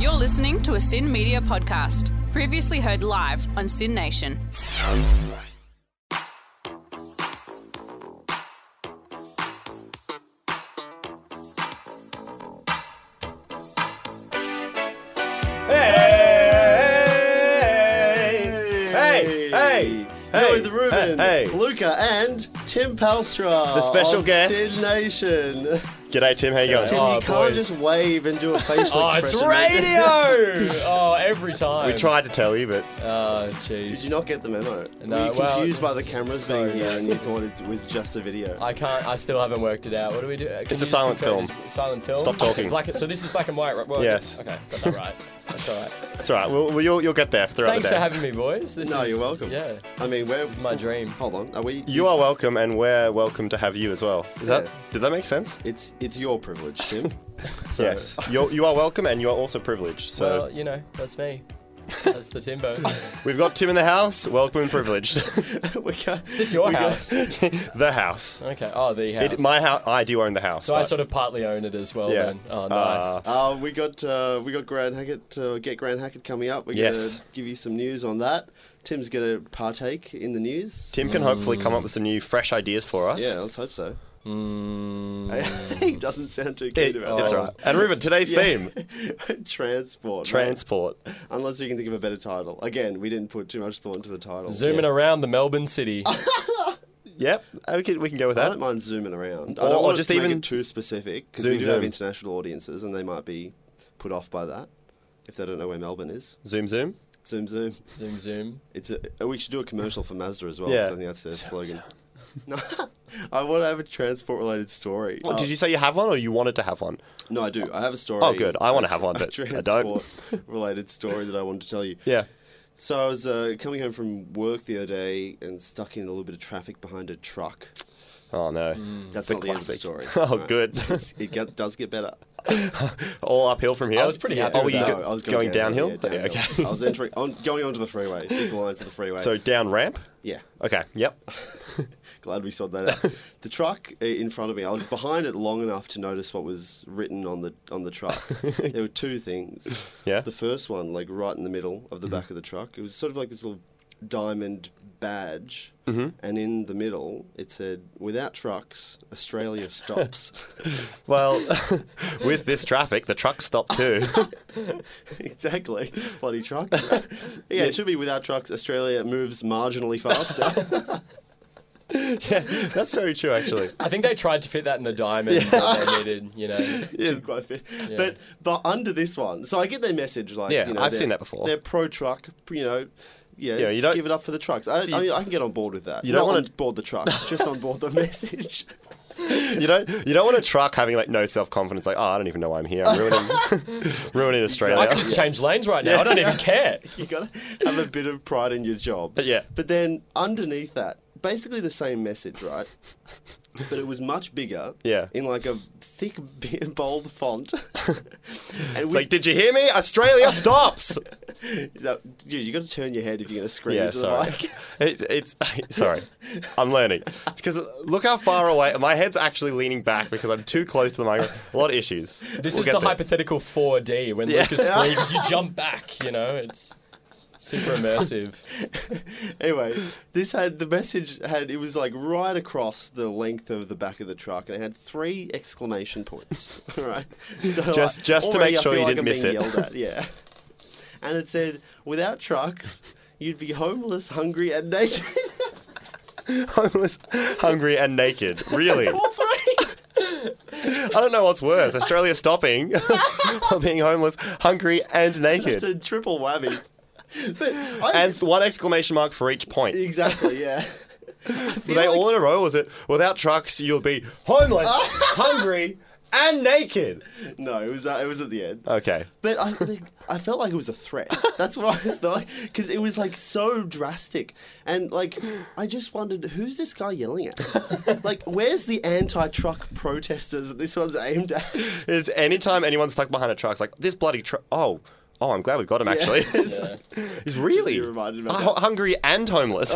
You're listening to a Sin Media podcast, previously heard live on Sin Nation. Hey! Hey! Hey! Hey, with Ruben, Hey! hey. Luca, and Tim Palstra. The special of guest. Sin Nation. Tim, G'day, Tim. How you going? you Oh, can't boys. just wave and do a facial Oh, it's expression. radio! oh, every time. We tried to tell you, but Oh, jeez. Did you not get the memo? No, Were you well, confused by the cameras so being here bad. and you thought it was just a video? I can't. I still haven't worked it out. What do we do? Uh, Can you just silent confirm film. this- Silent film. Stop talking. Black, so this is black and white, right? Well, Yes. Okay, got that right. That's all right. it's all right. We'll, we'll, you'll, you'll get there throughout Thanks the day. for having me, boys. This no, is- you're welcome. Yeah, I mean, we're. it's my dream. Hold on. Are we. you are welcome, and we're welcome to have you as well. Is that? Yeah. Did that make sense? It's, it's your privilege, Tim. so, Yes. You're, you are welcome, and you are also privileged. So Well, you know, that's me. That's the Timbo. Is we've got Tim in the house. Welcome and privileged. we can't. this your we can't- house? the house. Okay. Oh, the house. It, my house. I do own the house. so I but- sort of partly own it as well. Yeah. Then. Oh, nice. Ah. Uh, we got uh, we got Grand Hackett uh, get Grand Hackett coming up. We're Yes. gonna give you some news on that. Tim's gonna partake in the news. Tim can hopefully come up with some new, fresh ideas for us. Mm. Yeah, let's hope so. Mm. he doesn't sound too It- keen about it's that. all right. And Ruben, today's Yeah. theme: Transport. mate. transport. Unless we can think of a better title. Again, we didn't put too much thought into the title. Zooming around the Melbourne city. Yep, we can we can go with I that. don't mind zooming around. I Or- don't or want just just to even even- make it too specific because Zoom, we do have zoom. international audiences and they might be put off by that if they don't know where Melbourne is. Zoom, zoom. Zoom, zoom. zoom, zoom. It's a, oh, we should do a commercial for Mazda as well. Yeah. 'cause I think that's their slogan. No, I want to have a transport related story. Oh. What, Uh, did you say you have one, or you wanted to have one? No, I do. I have a story. Oh, good. I wanna have one, a but I don't. transport related story that I wanted to tell you. Yeah. So I was uh, coming home from work the other day and stuck in a little bit of traffic behind a truck. Oh no. That's The classic. Mm, not the end of the story. Oh, good. It's- it get, does get better. All uphill from here. I was pretty happy Oh, with were you that. go- going, downhill. yeah, downhill. Yeah, I okay. was entering on going onto the freeway. Big line for the freeway. so down ramp. yeah, Okay. Yep. Glad we sorted that out. the truck uh, in front of me, I was behind it long enough to notice what was written on the on the truck. there were two things. Yeah. The first one, like right in the middle of the back of the truck, it was sort of like this little diamond badge, Mm-hmm. and in the middle it said, "Without trucks, Australia stops." Well, with this traffic, the trucks stop too. exactly, bloody truck. yeah, it should be without trucks, Australia moves marginally faster. yeah, that's very true, actually. I think they tried to fit that in the diamond that they needed, you know. Didn't quite fit. But but under this one, so I get their message like Yeah, you know, I've they're- seen that before. They're pro truck, you know. Yeah, Yeah, you don't- give it up for the trucks. I, I mean, I can get on board with that. you don't Not wanna- on board the truck, just on board the message. You don't, you don't want a truck having like no self confidence. Like, oh, I don't even know why I'm here. I'm ruining, ruining I Australia. could just change lanes right now. I don't even care. You gotta have a bit of pride in your job. But yeah. But then underneath that, basically the same message, right? But it was much bigger. Yeah. In like a thick, b- bold font. and It's like, did you hear me? Australia stops. that, dude, you got to turn your head if you're gonna scream yeah, into the sorry. mic. It's, it's sorry. I'm learning. It's because look how far away my head's actually leaning back because I'm too close to the microphone. A lot of issues. This We'll is get the there. hypothetical 4D. When Yeah. Lucas screams, you jump back, you know? It's super immersive. anyway, this had the message had it was like right across the length of the back of the truck, and it had three exclamation points. All right, so like, Just- just to make already I sure feel you like didn't I'm miss being it. Yelled at, yeah, and it said, "Without trucks, you'd be homeless, hungry, and naked." homeless, hungry, and naked. Really? All three. I don't know what's worse: Australia stopping, or being homeless, hungry, and It's naked, a triple whammy. But I, and one exclamation mark for each point. exactly, yeah. Were they all in a row? or Was it without trucks you'll be homeless, hungry, and naked? No, it was uh, it was at the end. Okay. But I like, I felt like it was a threat. That's what I thought because it was like so drastic, and like I just wondered who's this guy yelling at? like, where's the anti-truck protesters that this one's aimed at? It's anytime anyone's stuck behind a truck, it's like this bloody truck. Oh, oh, I'm glad we got him actually. It's Yeah. He's really Just be reminded about hu- hungry and homeless.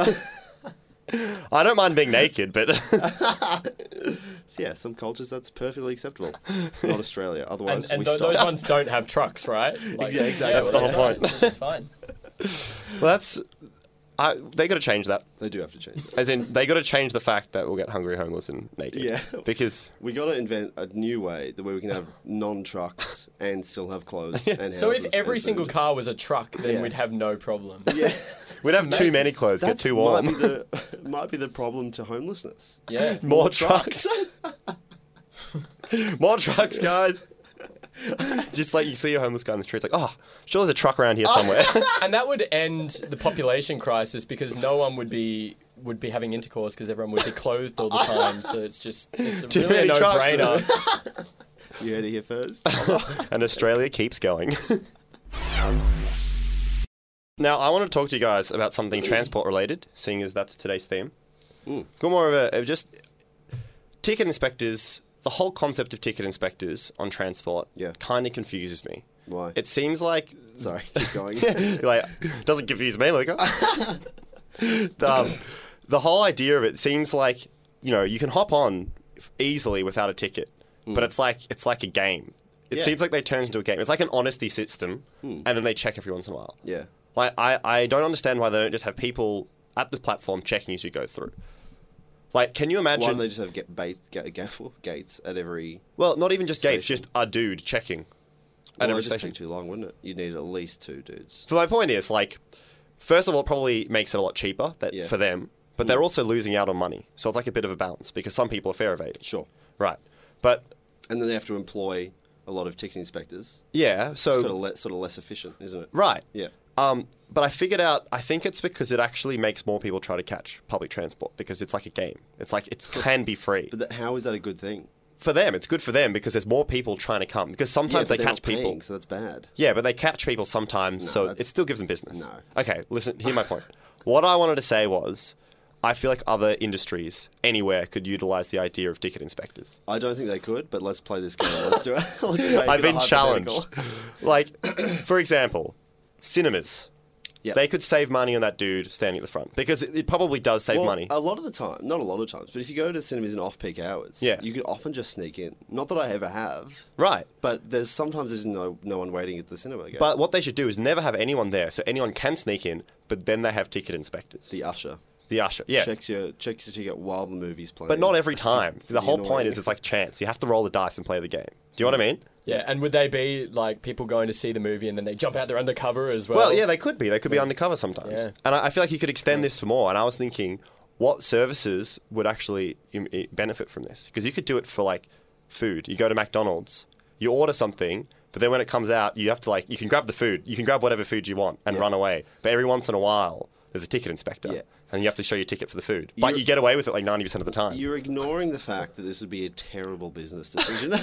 I don't mind being naked, but So yeah, some cultures that's perfectly acceptable. Not Australia, otherwise And, and we tho- stop. those ones don't have trucks, right? Like, Yeah, exactly. well, That's the whole right. point. It's fine. Well, that's. I, they got to change that. They do have to change. It. As in, they got to change the fact that we'll get hungry, homeless, and naked. Yeah. Because We got to invent a new way the way we can have non-trucks and still have clothes. And So if houses every and single food. car was a truck, then Yeah. we'd have no problem. yeah, we'd have too amazing. many clothes, that's get too might warm. be the might be the problem to homelessness. Yeah. More trucks. More trucks, guys. Just like you see a homeless guy in the street, it's like, oh, sure, there's a truck around here somewhere. And that would end the population crisis because no one would be would be having intercourse because everyone would be clothed all the time. So it's just it's Too really many a trucks. no-brainer. You heard it here first. and Australia keeps going. now, I want to talk to you guys about something transport related, seeing as that's today's theme. Got more of a of just ticket inspectors. The whole concept of ticket inspectors on transport Yeah. kind of confuses me. Why? It seems like Sorry, keep going. like doesn't confuse me, Luca. um, the whole idea of it seems like you know you can hop on easily without a ticket, but it's like it's like a game. It Mm. Yeah. Mm. seems like they turn into a game. It's like an honesty system, and then they check every once in a while. Yeah. Like I, I don't understand why they don't just have people at the platform checking as you go through. Like, can you Why imagine? don't they just have get base, get, get, gates at every? well, not even just gates, Station. just a dude checking at Well, every it'd just station. take too long, wouldn't it? You need at least two dudes. But my point is, like, first of all, it probably makes it a lot cheaper that, Yeah. Mm. for them, but they're also losing out on money. So it's like a bit of a balance because some people are fair of age. Sure. Right. But And then they have to employ a lot of ticket inspectors. yeah, It's got a so. le- sort of less efficient, isn't it? Right. Yeah. Um, but I figured out, I think it's because it actually makes more people try to catch public transport because it's like a game. It's like, it can be free. But that, how is that a good thing? For them, it's good for them because there's more people trying to come because sometimes they but they're catch not paying, people. so that's bad. Yeah, but they catch people sometimes, so that's- it still gives them business. No. Okay, listen, hear my point. what I wanted to say was I feel like other industries anywhere could utilize the idea of ticket inspectors. I don't think they could, but let's play this game. Let's do it. Let's make I've it a been challenged. hypothetical. like, for example, cinemas. Yeah. They could save money on that dude standing at the front because it, it probably does save Well, uh, money. a lot of the time, not a lot of times, but if you go to cinemas in off-peak hours, Yeah. you could often just sneak in. Not that I ever have, right. but there's sometimes there's no no one waiting at the cinema. Again. But what they should do is never have anyone there so anyone can sneak in, but then they have ticket inspectors. the usher The usher. Yeah. checks your checks your ticket while the movie's playing. But not every time. The whole point annoying. is it's like chance. You have to roll the dice and play the game. Do you know what I mean? Yeah, and would they be like people going to see the movie and then they jump out there undercover as well? Well, yeah, they could be. They could be undercover sometimes. Yeah. And I, I feel like you could extend this for more. And I was thinking, what services would actually im- i- benefit from this? Because you could do it for like food. You go to McDonald's, you order something, but then when it comes out, you have to like you can grab the food. You can grab whatever food you want and run away. But every once in a while, there's a ticket inspector, Yeah. and you have to show your ticket for the food. But You're- you get away with it like ninety percent of the time. You're ignoring the fact that this would be a terrible business decision.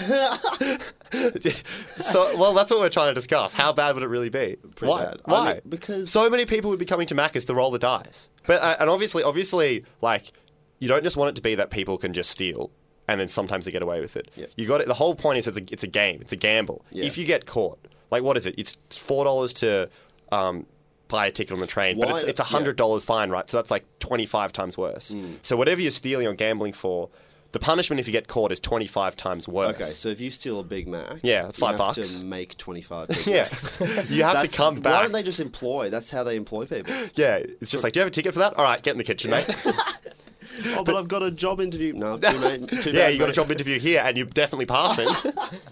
so, well, that's what we're trying to discuss. How bad would it really be? Pretty Why? bad. I Why? mean, because- so many people would be coming to Macca's to roll the dice. But uh, and obviously, obviously, like you don't just want it to be that people can just steal and then sometimes they get away with it. Yeah. You got it. The whole point is it's a, it's a game. It's a gamble. Yeah. If you get caught, like what is it? It's four dollars to. Um, Buy a ticket on the train, but Why- it's it's a yeah. Hmm. hundred dollars fine, right? So that's like twenty five times worse. So whatever you're stealing or gambling for, the punishment if you get caught is twenty five times worse. okay, so if you steal a Big Mac, Yeah, that's you five have bucks. to make twenty five. Big Yes. Macs. You have That's- to come Why back. don't they just employ? That's how they employ people. Yeah, it's just like, do you have a ticket for that? All right, get in the kitchen, mate. oh, but, I've got a job interview. No, too late. Too yeah, bad, you got a mate. job interview here, and you're definitely passing.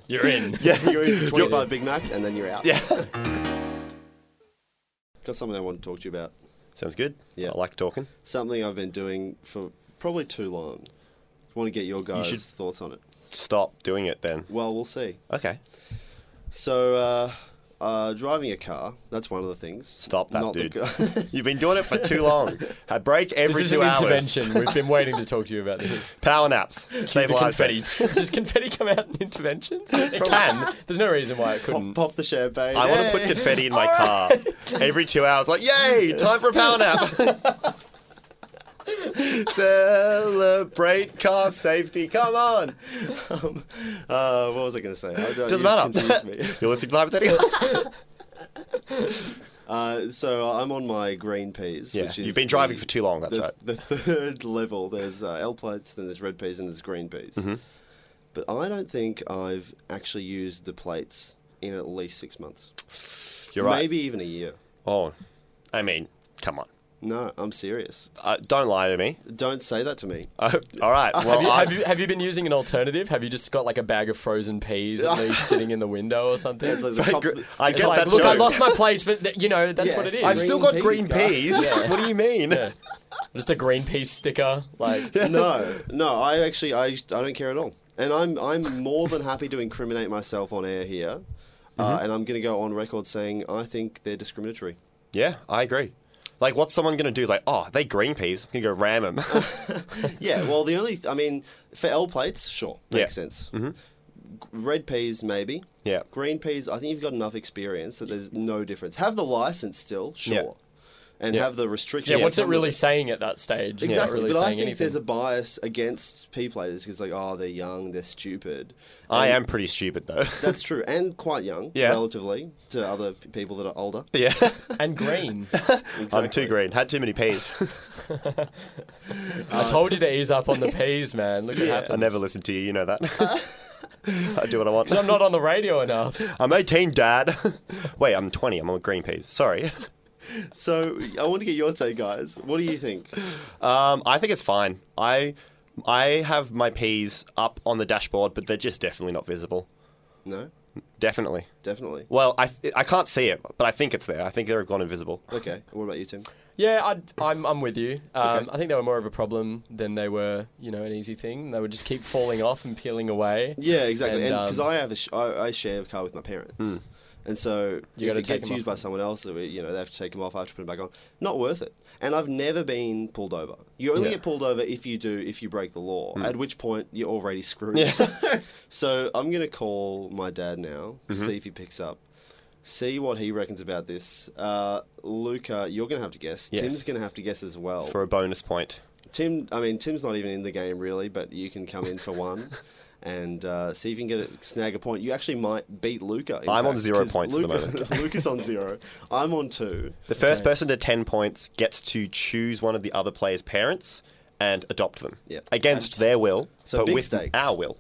You're in. yeah, You're in for twenty five Big Macs, and then you're out. yeah. Got something I want to talk to you about. Sounds good. Yeah. I like talking. Something I've been doing for probably too long. Want to get your guys' should- thoughts on it? Stop doing it then. Well, we'll see. Okay. So, uh, uh, driving a car—that's one of the things. Stop that, Not the dude. gu- You've been doing it for too long. A break This every is two an hours. intervention. We've been waiting to talk to you about this. Power naps. Save the lives. confetti. Does confetti come out in interventions? It can. There's no reason why it pop, couldn't. pop the champagne. I want to put Hey! confetti in my car every two hours. Like, yay! Time for a power nap. Celebrate car safety. Come on. Um, uh, what was I going to say? I don't- Doesn't you matter. confused me. You're listening to the hypothetical. Uh, so I'm on my green peas. Yeah, which is you've been driving the- for too long. That's the, right. Mm-hmm. the third level. There's uh, L plates, then there's red peas, and there's green peas. but I don't think I've actually used the plates in at least six months. You're right. Maybe even a year. Oh, I mean, come on. No, I'm serious. Uh, don't lie to me. Don't say that to me. Uh, all right. Well, Have you, I- have, you, have you been using an alternative? Have you just got like a bag of frozen peas at least sitting in the window or something? It's like the I cop- gr- I It's get like, that look, I joke. lost my plates, but th- you know that's Yeah. what it is. I've Green still got peas, green guy. peas. What do you mean? just a green peas sticker. Like, no, no. I actually, I, I don't care at all, and I'm, I'm more than happy to incriminate myself on air here, Mm-hmm. uh, and I'm going to go on record saying I think they're discriminatory. Yeah, I agree. Like, what's someone going to do? Like, oh, they green peas. I'm going to go ram them. Yeah. Well, the only, th- I mean, for L plates, sure, makes Yeah. sense. Mm-hmm. G- Red peas, maybe. Yeah. Green peas. I think you've got enough experience that there's no difference. Have the license still, sure, and Yeah. have the restriction. yeah, what's that it come with really saying at that stage? It's not Exactly, really but I saying think anything. there's a bias against P platers because like, oh, they're young, they're stupid. I am pretty stupid, though. That's true, and quite young, Yeah. relatively to other p- people that are older. yeah. and green. I'm too green. Had too many peas. I told you to ease up on the peas, man. Look what happens. Uh. I never listen to you. You know that. I do what I want. I'm not on the radio enough. I'm 18, Dad. Wait, I'm 20. I'm on green peas. Sorry. So I want to get your take, guys. What do you think? Um, I think it's fine. I I have my peas up on the dashboard, but they're just definitely not visible. No, Definitely. definitely. Well, I I can't see it, but I think it's there. I think they've gone invisible. Okay. What about you, Tim? Yeah, I'd, I'm I'm with you. Um, Okay. I think they were more of a problem than they were, you know, an easy thing. They would just keep falling off and peeling away. Yeah, exactly. And, And because um, Hmm. I have a sh- I, I share a car with my parents, and so You if gotta it take gets 'em used off. by someone else, we- you know they have to take them off. I have to put them back on. Not worth it. And I've never been pulled over. You only Yeah. get pulled over if you do if you break the law. Hmm. At which point you're already screwed. so I'm gonna call my dad now. Mm-hmm. See if he picks up. See what he reckons about this. Uh, Luca, you're gonna have to guess. Yes. Tim's gonna have to guess as well. For a bonus point. Tim, I mean, Tim's not even in the game really, but you can come in for one and uh, see if you can get a, snag a point. You actually might beat Luca. in I'm on fact, zero 'cause points at the Luca, Luca's on zero. I'm on two. The first Okay. person to 10 points gets to choose one of the other player's parents and adopt them Yeah. against their will, So but big with stakes. our will.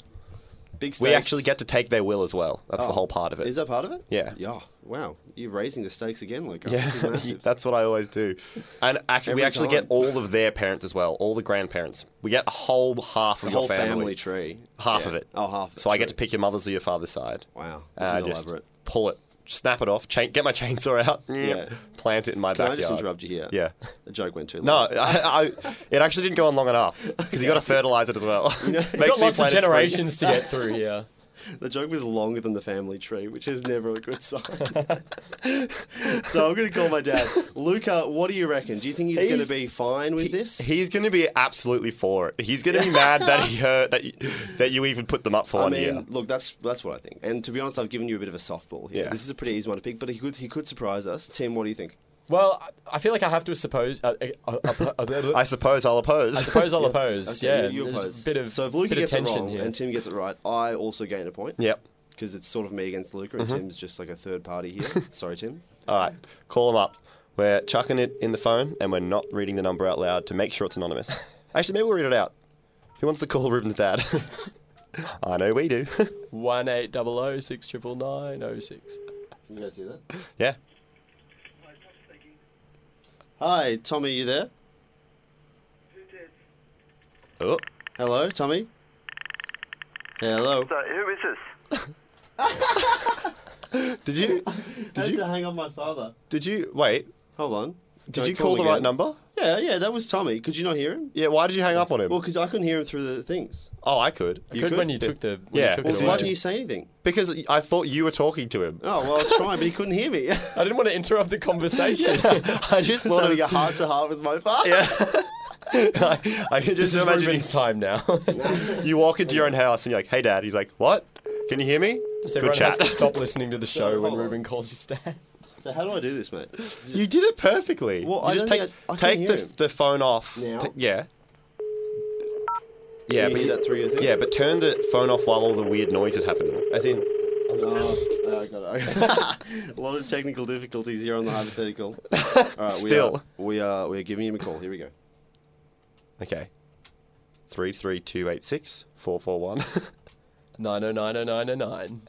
Big stakes. Oh. We actually get to take their will as well. That's the whole part of it. Is that part of it? Yeah. Yeah. Wow. You're raising the stakes again, Luca. This is yeah, massive. that's what I always do. And actually, Every we actually get time. all of their parents as well, all the grandparents. We get a whole half of The your whole family, family tree. half Yeah. of it. Oh, half. of it, So I get true. to pick your mother's or your father's side. Wow. This Uh, is just elaborate. pull it, snap it off, chain, get my chainsaw out, Yeah. plant it in my Can I backyard. just interrupt you here? Yeah. The joke went too No, long. I, I, it actually didn't go on long enough because you got to fertilize it as well. Make sure We've you got plant it lots of spring. generations to get through here. The joke was longer than the family tree, which is never a good sign. so I'm going to call my dad. Luca, what do you reckon? Do you think he's, going to He's- be fine with this? He's going to be absolutely for it. He's going to be mad that he hurt that you, that you even put them up for I one mean, year. look, that's that's what I think. And to be honest, I've given you a bit of a softball here. Yeah. This is a pretty easy one to pick, but he could he could surprise us. Tim, what do you think? Well, I- I feel like I have to suppose. Uh, uh, uh, uh, I suppose I'll oppose. I suppose I'll oppose. Okay, yeah, you, you there's oppose. a bit of so if Luca bit of gets it tension wrong here. and Tim gets it right, I also gain a point. yep. Because it's sort of me against Luca, Mm-hmm. and Tim's just like a third party here. Sorry, Tim. All right. Call him up. We're chucking it in the phone and we're not reading the number out loud to make sure it's anonymous. Actually, maybe we'll read it out. Who wants to call Ruben's dad? I know we do. One eight double o six triple nine o six. Can you guys hear that? yeah. Hi, Tommy, you there? Oh. Hello, Tommy. Hello. So who is this? Did you? Did you- hang up my father? Did you? Wait. Hold on. Can Did I you call, the him right again? number? Yeah, yeah, that was Tommy. Could you not hear him? Yeah. Why did you hang up on him? Well, because I couldn't hear him through the things. oh, I could. You could, could? when you took the when Yeah. You took Well, the So why Right. didn't you say anything? Because I thought you were talking to him. Oh well, I was trying, but he couldn't hear me. I didn't want to interrupt the conversation. I just so thought having it a was. heart to heart with my father. I, I can this just is imagine Ruben's time now. you- you walk into your own house and you're like, "Hey, Dad." He's like, "What? Can you hear me?" Just Good everyone has chat. to stop listening to the show when hold on. Ruben calls his dad. So how do I do this, mate? You did it perfectly. Well, you I just don't take think I- I can take hear the, him. the phone off. Now? T- yeah. Yeah, you but hear that through your thing? yeah, but turn the phone off while all the weird noise is happening. As in, Oh, oh, I got it. a lot of technical difficulties here on the hypothetical. All right, Still. we are, we are we are giving him a call. Here we go. okay, three three two eight six four four one. Nine oh nine oh nine oh nine.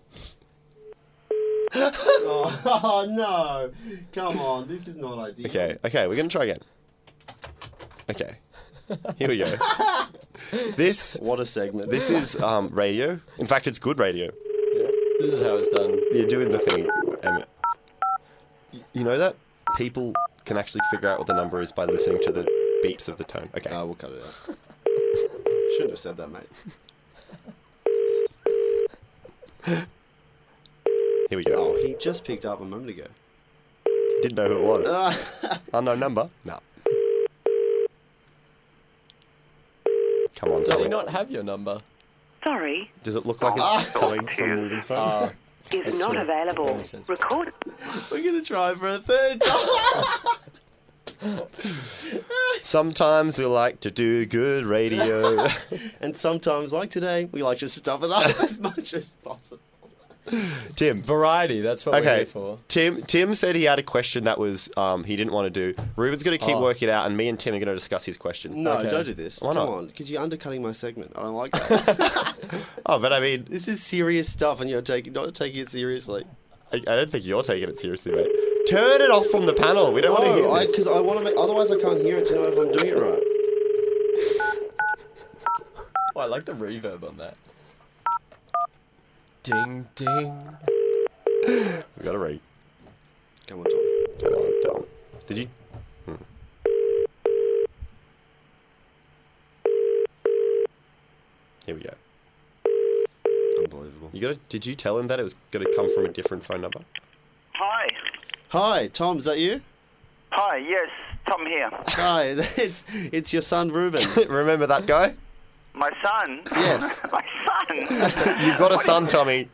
Oh, oh, no! Come on, this is not ideal. Okay, okay, we're gonna try again. Okay, here we go. this What a segment. this is um, radio. In fact, it's good radio. Yeah. This is how it's done. You're doing the thing, Emmett. Y- You know that people can actually figure out what the number is by listening to the beeps of the tone. Okay, Oh. Ah, we'll cut it out. Shouldn't have said that, mate. here we go. Oh, he just picked up a moment ago. Didn't know who it was. Unknown number. No. Come on, Does tell he me. not have your number? Sorry, Does it look like it's coming from Morgan's phone? Ah, is That's not true. That available. makes sense. Record. We're gonna try for a third time. Ah. Sometimes we like to do good radio. and sometimes, like today, we like to stuff it up as much as possible. Tim. variety. That's what we're here Okay. for. Tim Tim said he had a question that was um, he didn't want to do. Ruben's going to keep Oh. working it out, and me and Tim are going to discuss his question. No, Okay. don't do this. Why Come not? on, because you're undercutting my segment. I don't like that. Oh, but I mean, this is serious stuff, and you're taking not taking it seriously. I, I don't think you're taking it seriously, mate. Turn it off from the panel. We don't want to No, hear Oh, I this. because I want to make. Otherwise, I can't hear it to know if I'm doing it right. Oh, I like the reverb on that. Ding ding. We've got to read. Come on, Tom. Come on, Tom. Did you? Hmm. Here we go. Unbelievable. You got to, Did you tell him that it was going to come from a different phone number? Hi. Hi, Tom. Is that you? Hi, yes, Tom here. Hi, it's it's your son Ruben. Remember that guy? My son. Yes. My son. You've got a son, Tommy.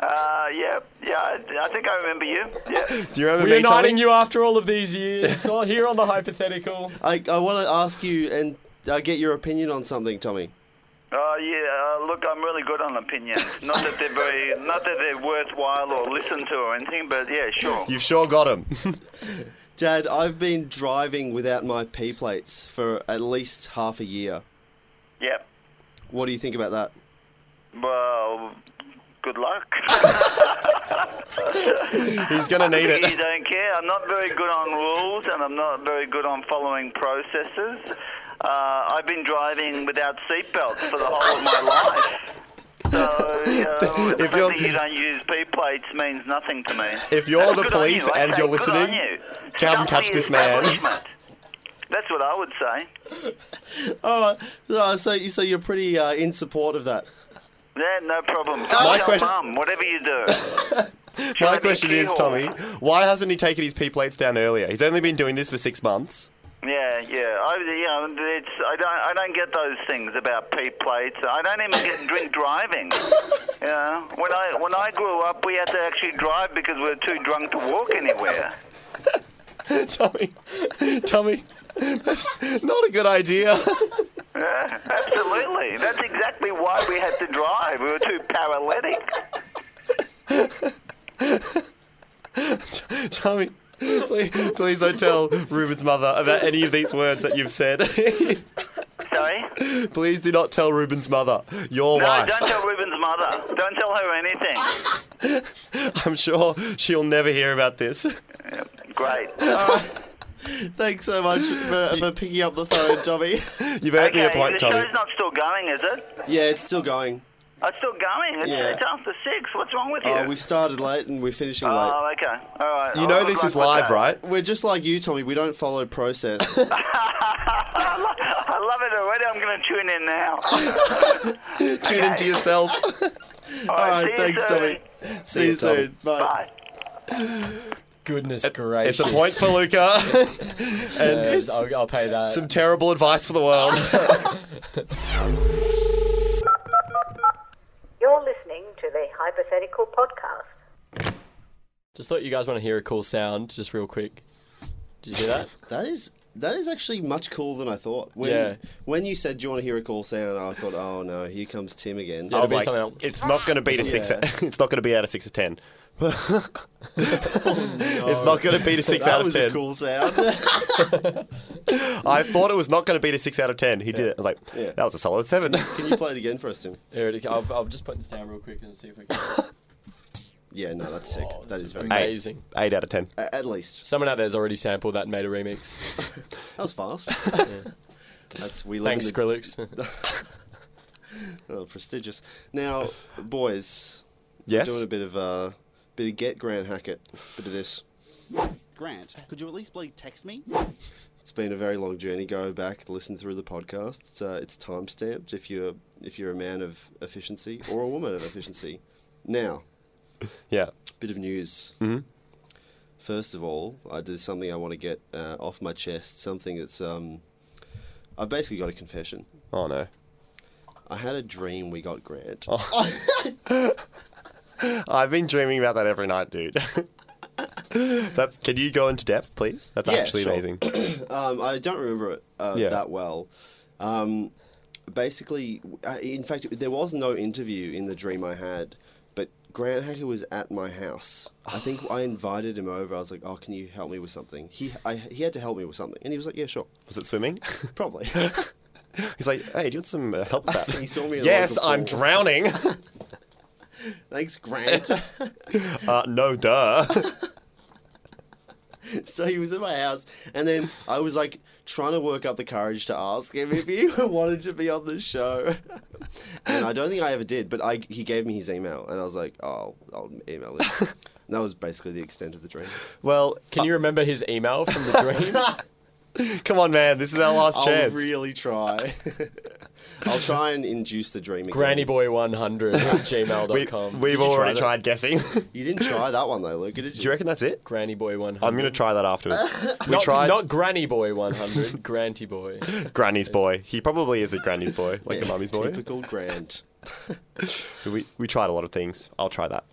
Uh, yeah, yeah, I, I think I remember you. Yeah. Do you remember me, Reuniting Tommy? you after all of these years. oh, here on the hypothetical. I I want to ask you and uh, get your opinion on something, Tommy. Uh, yeah, uh, look, I'm really good on opinions. Not that they're very, not that they're worthwhile or listened to or anything, but yeah, sure. You've sure got him. Dad, I've been driving without my P plates for at least half a year. Yeah. What do you think about that? Well, good luck. He's gonna need you it. don't care. I'm not very good on rules, and I'm not very good on following processes. Uh, I've been driving without seatbelts for the whole of my life. So, you know, the If fact you're- that you don't use P plates means nothing to me. If you're That's the good on police you. I and say, you're good on listening, you. come Stop catch the this man. establishment. That's what I would say. Oh, uh, so you so you're pretty uh, in support of that. Yeah, no problem. My Tell question- mum, whatever you do. Try My to be question is, keyhole. Tommy, why hasn't he taken his P plates down earlier? He's only been doing this for six months. Yeah, yeah. I, yeah, it's I don't I don't get those things about P plates. I don't even get drink driving. Yeah, when I when I grew up, we had to actually drive because we were too drunk to walk anywhere. Tommy, Tommy, that's not a good idea. Yeah, absolutely. That's exactly why we had to drive. We were too paralytic. Tommy, please, please don't tell Ruben's mother about any of these words that you've said. Sorry. please do not tell Ruben's mother, your No, wife. don't tell Ruben's mother. Don't tell her anything. I'm sure she'll never hear about this. Great. Thanks so much for, for picking up the phone, Tommy. You've earned me a Okay, point, the Tommy. show's not still going, is it? yeah, it's still going. It's still going. It's, Yeah. it's after six. What's wrong with you? Oh, Uh, we started late and we're finishing late. Oh, okay. All right. You know this is live, right? We're just like you, Tommy. We don't follow process. I love it already. I'm going to tune in now. Tune into yourself. All All right, see you thanks, soon. Tommy. See you Tommy. soon. Bye. Bye. Goodness gracious. It's a point for Luca. and Yes, I'll, I'll pay that. some terrible advice for the world. You're listening to the Hypothetical Podcast. Just thought you guys want to hear a cool sound, just real quick. Did you hear that? That is that is actually much cooler than I thought. When Yeah. when you said do you want to hear a call sound, I thought, oh no, here comes Tim again. It'll I was be like, something else. it's not going to be a six. Yeah. it's not going to be out of six or ten. It's not going to beat a six Oh, that out of was ten. a cool sound. I thought it was not going to beat a six out of ten. He did it. I was like, Yeah. that was a solid seven. Can you play it again for us, Tim? Here it- I'll, I'll just put this down real quick and see if we can. Yeah, no, that's sick. Oh, that this is very Hey. amazing. Eight out of ten. A- At least Someone out there's already sampled that and made a remix. that was fast. That's we live Thanks, in the, Skrillex. oh, prestigious. Now, boys, Yes. doing a bit of uh, bit of get Grant Hackett, bit of this. Grant, could you at least bloody text me? It's been a very long journey. Go back, listen through the podcast. It's, uh, it's time stamped if you're if you're a man of efficiency or a woman of efficiency. Now, Yeah. bit of news. Mm-hmm. First of all, I, there's something I want to get uh, off my chest. Something that's um, I've basically got a confession. Oh no. I had a dream we got Grant. I've been dreaming about that every night, dude. that can you go into depth, please? That's Yeah, actually sure. amazing. Um, I don't remember it uh, Yeah. that well. Um, basically, uh, in fact, there was no interview in the dream I had, but Grant Hacker was at my house. I think I invited him over. I was like, "Oh, can you help me with something?" He I, he had to help me with something, and he was like, "Yeah, sure, Was it swimming? probably." He's like, hey, do you want some uh, help with that? he saw me. In yes, the local I'm pool. drowning. Thanks, Grant. uh, no, duh. so he was at my house, and then I was like trying to work up the courage to ask him if he wanted to be on the show. And I don't think I ever did, but I, he gave me his email, and I was like, oh, I'll email it. And that was basically the extent of the dream. well, Can you remember his email from the dream? come on, man. This is our last I'll chance. really try. I'll try and induce the dream again. Grannyboy100 at we, gmail.com. we've you try already that? tried guessing. do You didn't try that one, though, Luca, did you? you reckon that's it? Grannyboy100. I'm gonna try that afterwards. We not, tried Not Granny Boy 100, Granty Boy. Granny's boy. He probably is a Granny's boy, like a mummy's boy. Typical Grant. We we tried a lot of things. I'll try that.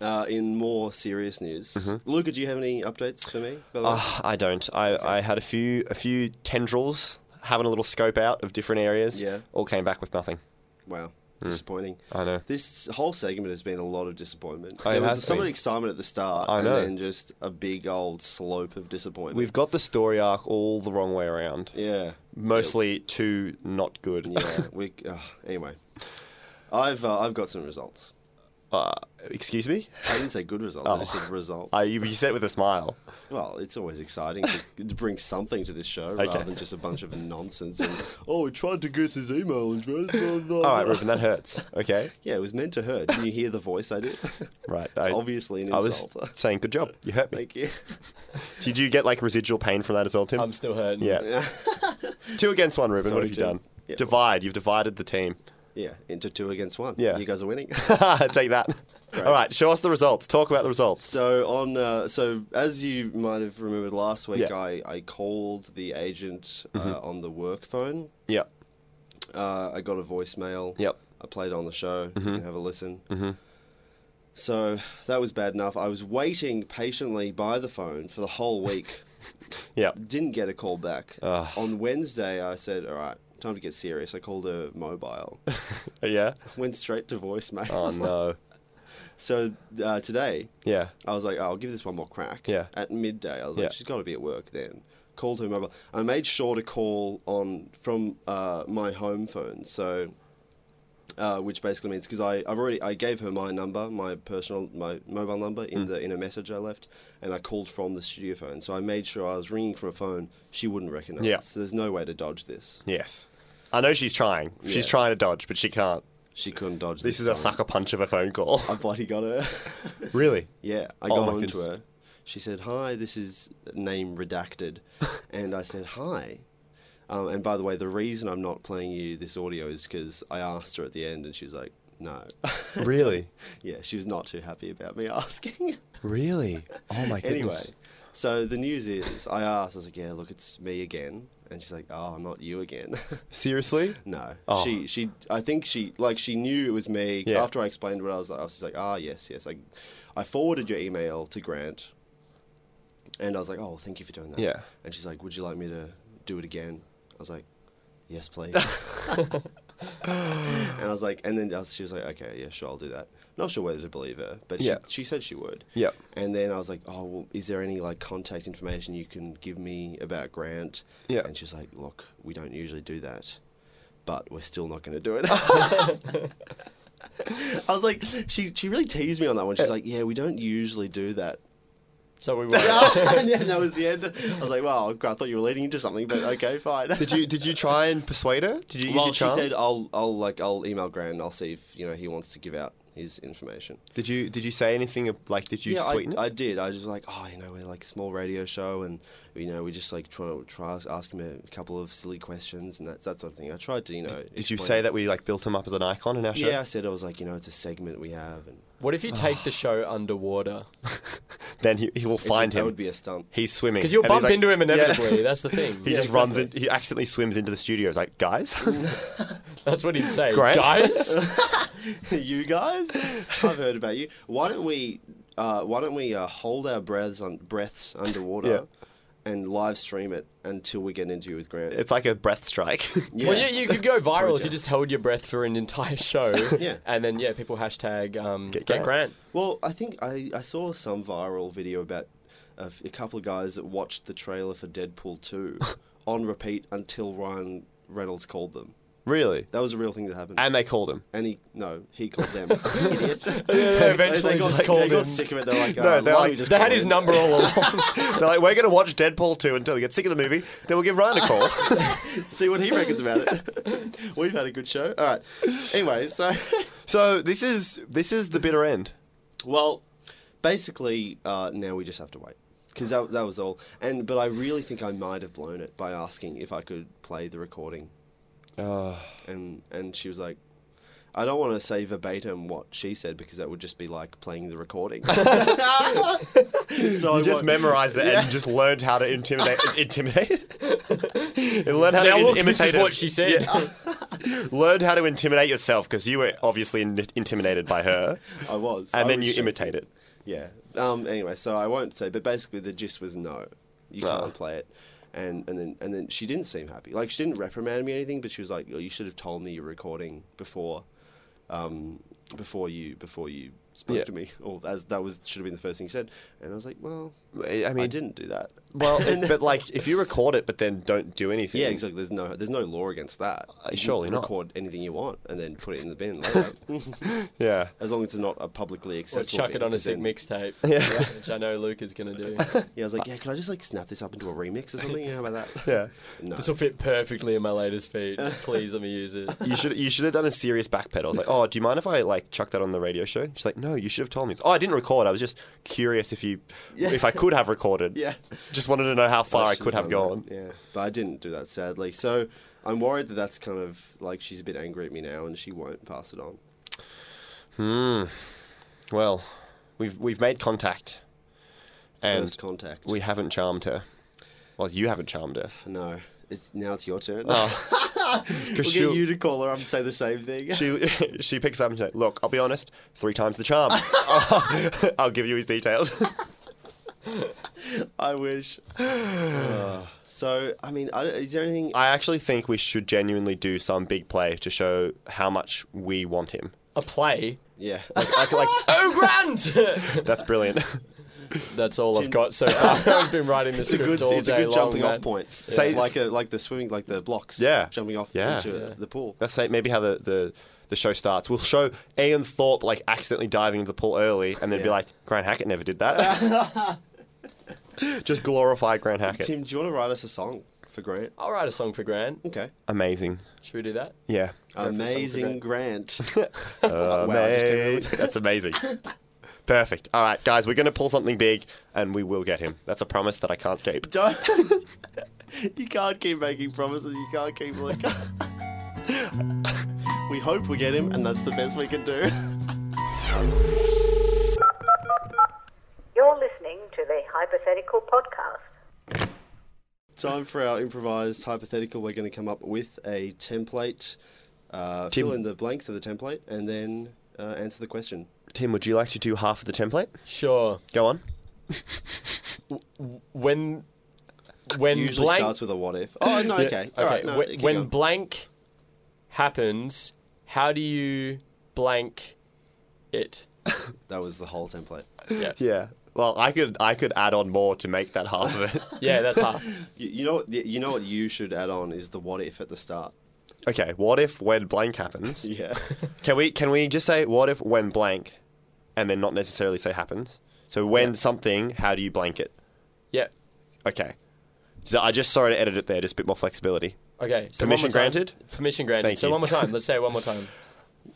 Uh, in more serious news, Mm-hmm. Luca, do you have any updates for me? By the way? Uh, I don't. I, I had a few a few tendrils having a little scope out of different areas. Yeah. All came back with nothing. Wow, Mm. disappointing. I know. This whole segment has been a lot of disappointment. Oh, it there was has some been. excitement at the start, I know. and then just a big old slope of disappointment. We've got the story arc all the wrong way around. yeah, Mostly too not good. yeah. we uh, anyway. I've uh, I've got some results. Uh, excuse me. I didn't say good results. I just said results. Uh, you, you said it with a smile. Well, it's always exciting to, to bring something to this show rather than just a bunch of nonsense. And, oh, we tried to guess his email address. Blah, blah, All right, blah." Ruben, that hurts. Okay. Yeah, it was meant to hurt. Didn't you hear the voice I did? Right. It's I, obviously an I was insult. saying, good job. You hurt me. Thank you. Did you get like residual pain from that as well, Tim? I'm still hurting. Um, yeah. Two against one, Ruben. what Sorry, have you Tim. done? Yeah. Divide. You've divided the team. Yeah, into two against one. Yeah. you guys are winning. Take that. All right. Show us the results. Talk about the results. So on, uh, so as you might have remembered last week, Yeah. Mm-hmm. I, I called the agent uh, on the work phone. Yep. Uh, I got a voicemail. Yep. I played it on the show. You can have a listen. Mm-hmm. So that was bad enough. I was waiting patiently by the phone for the whole week. Yep. Didn't get a call back. On Wednesday, I said, "All right, time to get serious." I called a mobile. Uh, Yeah. Went straight to voicemail. Oh no. So uh, today, Yeah. I was like, oh, I'll give this one more crack. Yeah. At midday, I was like, Yeah. she's got to be at work then. Called her mobile. I made sure to call on from uh, my home phone, so uh, which basically means because I I've already I gave her my number, my personal my mobile number in Hmm. the in a message I left, and I called from the studio phone. So I made sure I was ringing from a phone she wouldn't recognize. Yeah. So there's no way to dodge this. Yes. I know she's trying. Yeah. She's trying to dodge, but she can't. She couldn't dodge this. This is a time. sucker punch of a phone call. I bloody got her. really? Yeah, I Oh got my on to goodness. her. She said, "Hi, this is name redacted," and I said, "Hi." Um, and by the way, the reason I'm not playing you this audio is because I asked her at the end, and she was like, "No." Really? yeah, she was not too happy about me asking. Really? Oh my anyway, so the news is, I asked, I was like, "Yeah, look, it's me again," and she's like, "Oh, not you again." Seriously? No, Oh. she she. I think she like she knew it was me Yeah. after I explained what I was. I was just like, ah, yes, yes. I, I forwarded your email to Grant, and I was like, oh, thank you for doing that. Yeah. And she's like, would you like me to do it again? I was like, yes, please. And I was like, and then I was, she was like, okay, yeah, sure, I'll do that. Not sure whether to believe her, but Yeah. she, she said she would. Yep. And then I was like, oh, well, is there any like contact information you can give me about Grant? Yeah. And she's like, look, we don't usually do that, but we're still not going to do it. I was like, she, she really teased me on that one. She's like, yeah, we don't usually do that. So we were. and yeah, that was the end. I was like, wow, I thought you were leading into something, but okay, fine. Did you did you try and persuade her? Did you use well, your she charm? said, I'll, I'll like, I'll email Grant. and I'll see if you know he wants to give out his information. did you did you say anything ab- like did you yeah, I, sweeten it? I did. I was just like, oh, you know, we're like a small radio show, and you know, we're just like trying to try ask- ask him a couple of silly questions and that, that sort of thing. I tried to, you know. did you explain say it. that we like built him up as an icon in our show? Yeah, I said I was like, you know, it's a segment we have, and What if you take the show underwater? Then he, he will it's find a, that him. would be a stunt. he's swimming. Because you'll And he's bump like- into him Yeah. inevitably. That's the thing. He Yeah, just runs exactly. in, he accidentally swims into the studio. He's like, guys, That's what he'd say. Grant? Guys, you guys, I've heard about you. Why don't we, uh, why don't we uh, hold our breaths on breaths underwater, and live stream it until we get into you with Grant? it's like a breath strike. yeah. Well, you, you could go viral if you Project. just held your breath for an entire show. Yeah. And then, yeah, people hashtag um, Get get, Grant. Grant. Well, I think I, I saw some viral video about a, f- a couple of guys that watched the trailer for Deadpool 2 on repeat until Ryan Reynolds called them. really? That was a real thing that happened. And they called him. and he, no, he called them. Idiots. They eventually they got, just like, called they got him. sick of it. They're like, No, oh, they're why like- we just They had call his him? number all along. They're like, we're going to watch Deadpool 2 until we get sick of the movie. Then we'll give Ryan a call. See what he reckons about it. We've had a good show. All right. Anyway, so, so this is this is the bitter end. well, basically, uh, now we just have to wait. Because that, that was all. And But I really think I might have blown it by asking if I could play the recording. and and she was like, I don't want to say verbatim what she said because that would just be like playing the recording. so I you just won't- memorized it and just learned how to intimidate. intimidate? and learned how now, to look, in- imitate this is it. what she said. Learned how to intimidate yourself because you were obviously in- intimidated by her. I was, And I then was you shaking. imitate it. Yeah. Um. Anyway, so I won't say, but basically the gist was no, you Ah. can't play it. And, and then and then she didn't seem happy. Like she didn't reprimand me or anything, but she was like, oh, "You should have told me you're recording before, um, before you before you spoke Yeah. to me." Or as that was should have been the first thing you said. And I was like, "Well, I I mean, didn't do that." well, it- but like if you record it but then don't do anything. Yeah, exactly. There's no there's no law against that. You can Uh, surely not. record anything you want and then put it in the bin later, Yeah. as long as it's not a publicly Or accessible. chuck it bin, on a 'cause sick then- mixtape, which I know Luke is going to do. Yeah, I was like, yeah, could I just like snap this up into a remix or something? How about that? Uh, Yeah. No. This will fit perfectly in my latest feed. Just please let me use it. You should you should have done a serious backpedal. I was like, oh, do you mind if I like chuck that on the radio show? She's like, no, you should have told me. Oh, I didn't record. I was just curious if you if I could have recorded. Yeah. Just wanted to know how far I should could have done gone. that. Yeah, but I didn't do that sadly. So I'm worried that that's kind of like she's a bit angry at me now and she won't pass it on. Well, we've we've made contact, and First contact. we haven't charmed her. Well, you haven't charmed her. no, it's now it's your turn. Because we'll get you to call her up and say the same thing. Oh. she she picks up and says, "Look, I'll be honest. Three times the charm. I'll, give you his details." I wish. Ugh. so I mean, I, don't- is there anything? I actually think we should genuinely do some big play to show how much we want him. A play? yeah. Like, like Oh, Grant! that's brilliant. That's all I've got so far. I've been writing the It's a script good, all it's a day good long. jumping man. off point. Say- like a, like the swimming, like the blocks. Yeah. jumping off Yeah. into Yeah. the pool. That's like maybe how the, the the show starts. We'll show Ian Thorpe like accidentally diving into the pool early, and then be Yeah. like, "Grant Hackett never did that." Just glorify Grant Hackett. Tim, do you want to write us a song for Grant? I'll write a song for Grant. Okay. Amazing. Should we do that? Yeah. Oh, Amazing Grant. Amazing. That's amazing. Perfect. All right, guys, we're going to pull something big, and we will get him. That's a promise that I can't keep. Don't. you can't keep making promises. You can't keep like. we hope we get him, and that's the best we can do. You're listening to the Hypothetical Podcast. Time for our improvised hypothetical. We're going to come up with a template. Uh, Tim- fill in the blanks of the template, and then uh, answer the question. Tim, would you like to do half of the template? Sure. Go on. When when Usually blank starts with a what if. Oh no, okay, okay all right. No, whe- keep when going. blank happens, how do you blank it? That was the whole template. Yeah. yeah. Yeah. Well, I could I could add on more to make that half of it. that's half. You, you know, what- you know what you should add on is the what if at the start. okay. What if when blank happens? Yeah. Can we can we just say what if when blank, and then not necessarily say happens? So when something, how do you blank it? Yeah. Okay. So I just sorry to edit it there, just a bit more flexibility. Okay. So Permission one more time. granted? Permission granted. Thank so you. one more time. Let's say it one more time.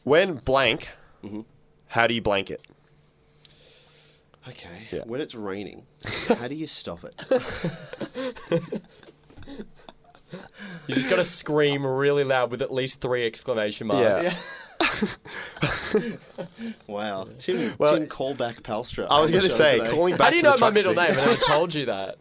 When blank, Mm-hmm. how do you blank it? Okay. Yeah. When it's raining, how do you stop it? You just got to scream really loud with at least three exclamation marks. Yeah. Wow. Tim, Well, Tim callback Palstra. I was on the going to show say today. calling back. How do you to the know my trucks middle thing. name? I never told you that.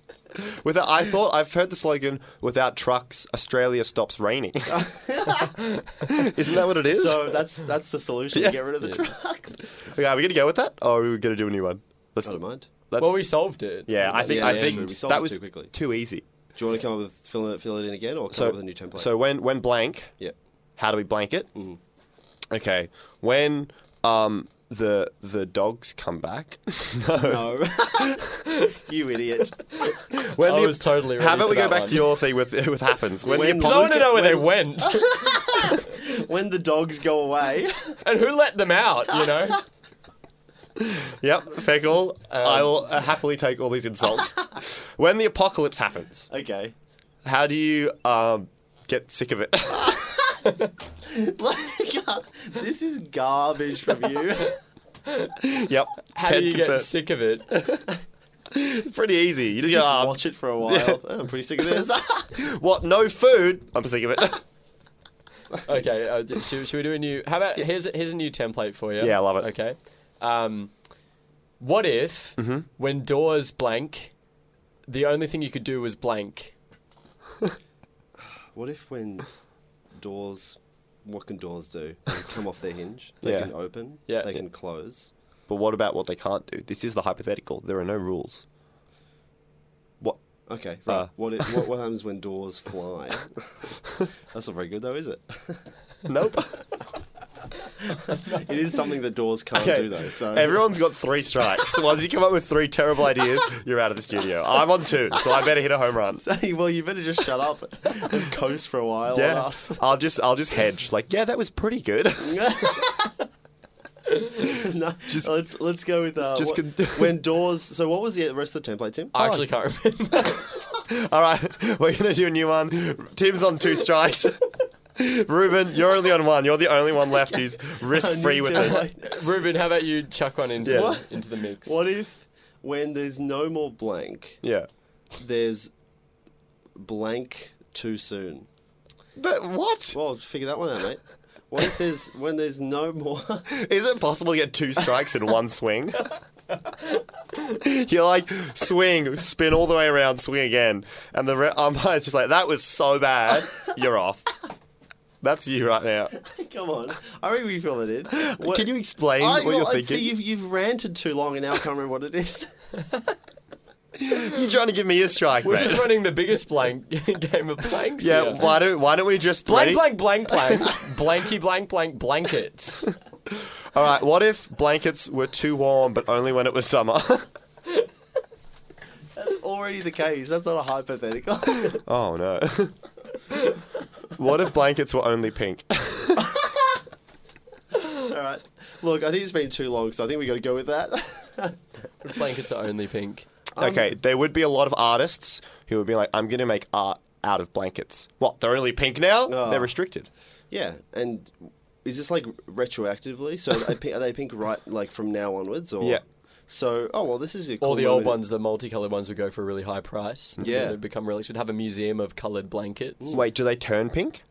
Without, I thought I've heard the slogan "Without trucks, Australia stops raining." Isn't that what it is? So that's that's the solution. Yeah. You get rid of the truck. okay, are we going to go with that, or are we going to do a new one? Let's. I don't mind. let's Well, we solved it. yeah, I think I Oh, yeah, think sure. We solved that it was too quickly. easy. Do you want to come up with fill it fill it in again, or come So up with a new template? So when when blank, yeah. how do we blank it? Mm-hmm. Okay, when um the the dogs come back. No. you idiot. When I the- was totally ready How about for we go that back one. to your thing with with happens when, When the Because I want to apocalypse. know where they went When the dogs go away. and who let them out. You know. Yep, fair call. Um. I will uh, happily take all these insults. when the apocalypse happens, Okay. how do you um get sick of it? Like, uh, this is garbage from you. yep. How can do you confirm. get sick of it? It's pretty easy. You just, Just go, um, watch it for a while. Oh, I'm pretty sick of this. What? No food? I'm sick of it. Okay, uh, d- should, should we do a new? How about here's here's a new template for you. Yeah, I love it. Okay, um, what if Mm-hmm. when doors blank, the only thing you could do was blank? what if when doors, what can doors do? They come off their hinge. They Yeah. can open. Yeah. They can close. but what about what they can't do? This is the hypothetical. There are no rules. What? Okay. Right. Uh. What, if, what what happens when doors fly? That's not very good though, is it? Nope. It is something that doors can't do though. So Everyone's got three strikes. Once you come up with three terrible ideas, you're out of the studio. I'm on two, so I better hit a home run. well, you better just shut up and coast for a while on Yeah, us. I'll just I'll just hedge. Like, yeah, that was pretty good. no, let's let's go with uh, just what- con- when doors. So what was the rest of the template, Tim? Oh, I actually can't remember. All right, we're gonna do a new one. Tim's on two strikes. Ruben, you're only on one. You're the only one left who's risk free with it. Template. Ruben, how about you chuck one into Yeah. the, What? into the mix? What if when there's no more blank, Yeah. there's blank too soon? But what? Well, figure that one out, mate. What if there's when there's no more? Is it possible to get two strikes in one swing? You're like, swing, spin all the way around, swing again. And the re- umpire's just like, that was so bad, you're off. That's you right now. Come on, I reckon we fill it in. What- Can you explain I, what you're I- thinking? See, you've, you've ranted too long, and now I can't remember what it is. You're trying to give me a strike, We're mate. just running the biggest blank game of blanks. yeah, here. why don't why don't we just blank, ready? blank, blank, blank, blanky, blank, blank, blankets. All right, what if blankets were too warm, but only when it was summer? Already the case. That's not a hypothetical. oh no. what if blankets were only pink? All right. Look, I think it's been too long, so I think we got to go with that. blankets are only pink. okay, there would be a lot of artists who would be like, "I'm going to make art out of blankets." What? They're only pink now? Oh. They're restricted. yeah, and is this like retroactively? So are they, are they pink right like from now onwards, or Yeah. So oh well, this is a cool All the old moment. ones, the multicolored ones, would go for a really high price. Yeah. They'd become relics. We'd have a museum of colored blankets. Wait, do they turn pink?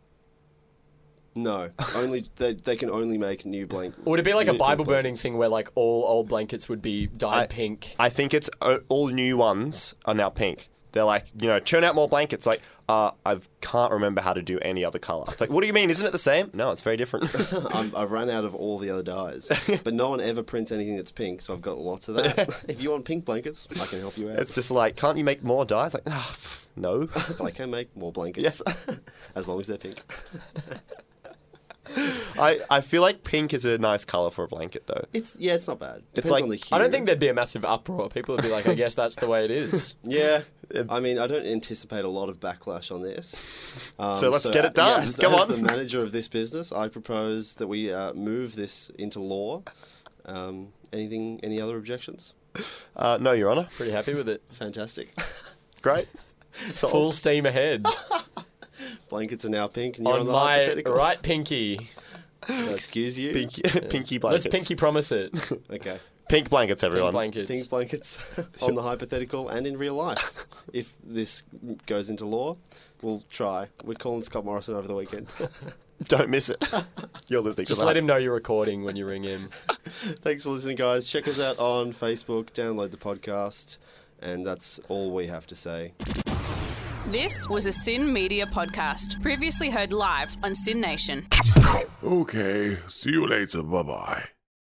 No, only they, they can only make new blank. Or would it be like a new Bible blankets. burning thing where like all old blankets would be dyed I- pink? I think it's uh, all new ones are now pink. They're like, you know, churn out more blankets. Like, uh, I can't remember how to do any other color. It's like, what do you mean? Isn't it the same? No, it's very different. I'm, I've run out of all the other dyes, but no one ever prints anything that's pink, so I've got lots of that. if you want pink blankets, I can help you out. it's just like, can't you make more dyes? Like, ah, pff, no. I can make more blankets. Yes. as long as they're pink. I, I feel like pink is a nice color for a blanket, though. It's yeah, it's not bad. Depends like- on the hue. I don't think there'd be a massive uproar. People would be like, I guess that's the way it is. Yeah, I mean, I don't anticipate a lot of backlash on this. Um, So let's get it done. as, Come as on. the manager of this business, I propose that we uh, move this into law. Um, anything? Any other objections? Uh, no, Your Honor. Pretty happy with it. Fantastic. Great. Full Solved. steam ahead Blankets are now pink, and you're on, on the my hypothetical. right pinky. Excuse you. Pinky, pinky Let's blankets. pinky promise it. Okay. Pink blankets, everyone. blankets. Pink blankets on the hypothetical and in real life. if this goes into law, we'll try. We're calling Scott Morrison over the weekend. Don't miss it. You're listening Just to let that. him know you're recording when you ring him. Thanks for listening, guys. Check us out on Facebook, download the podcast, and that's all we have to say. This was a Sin Media podcast, previously heard live on Sin Nation. Okay, see you later. Bye bye.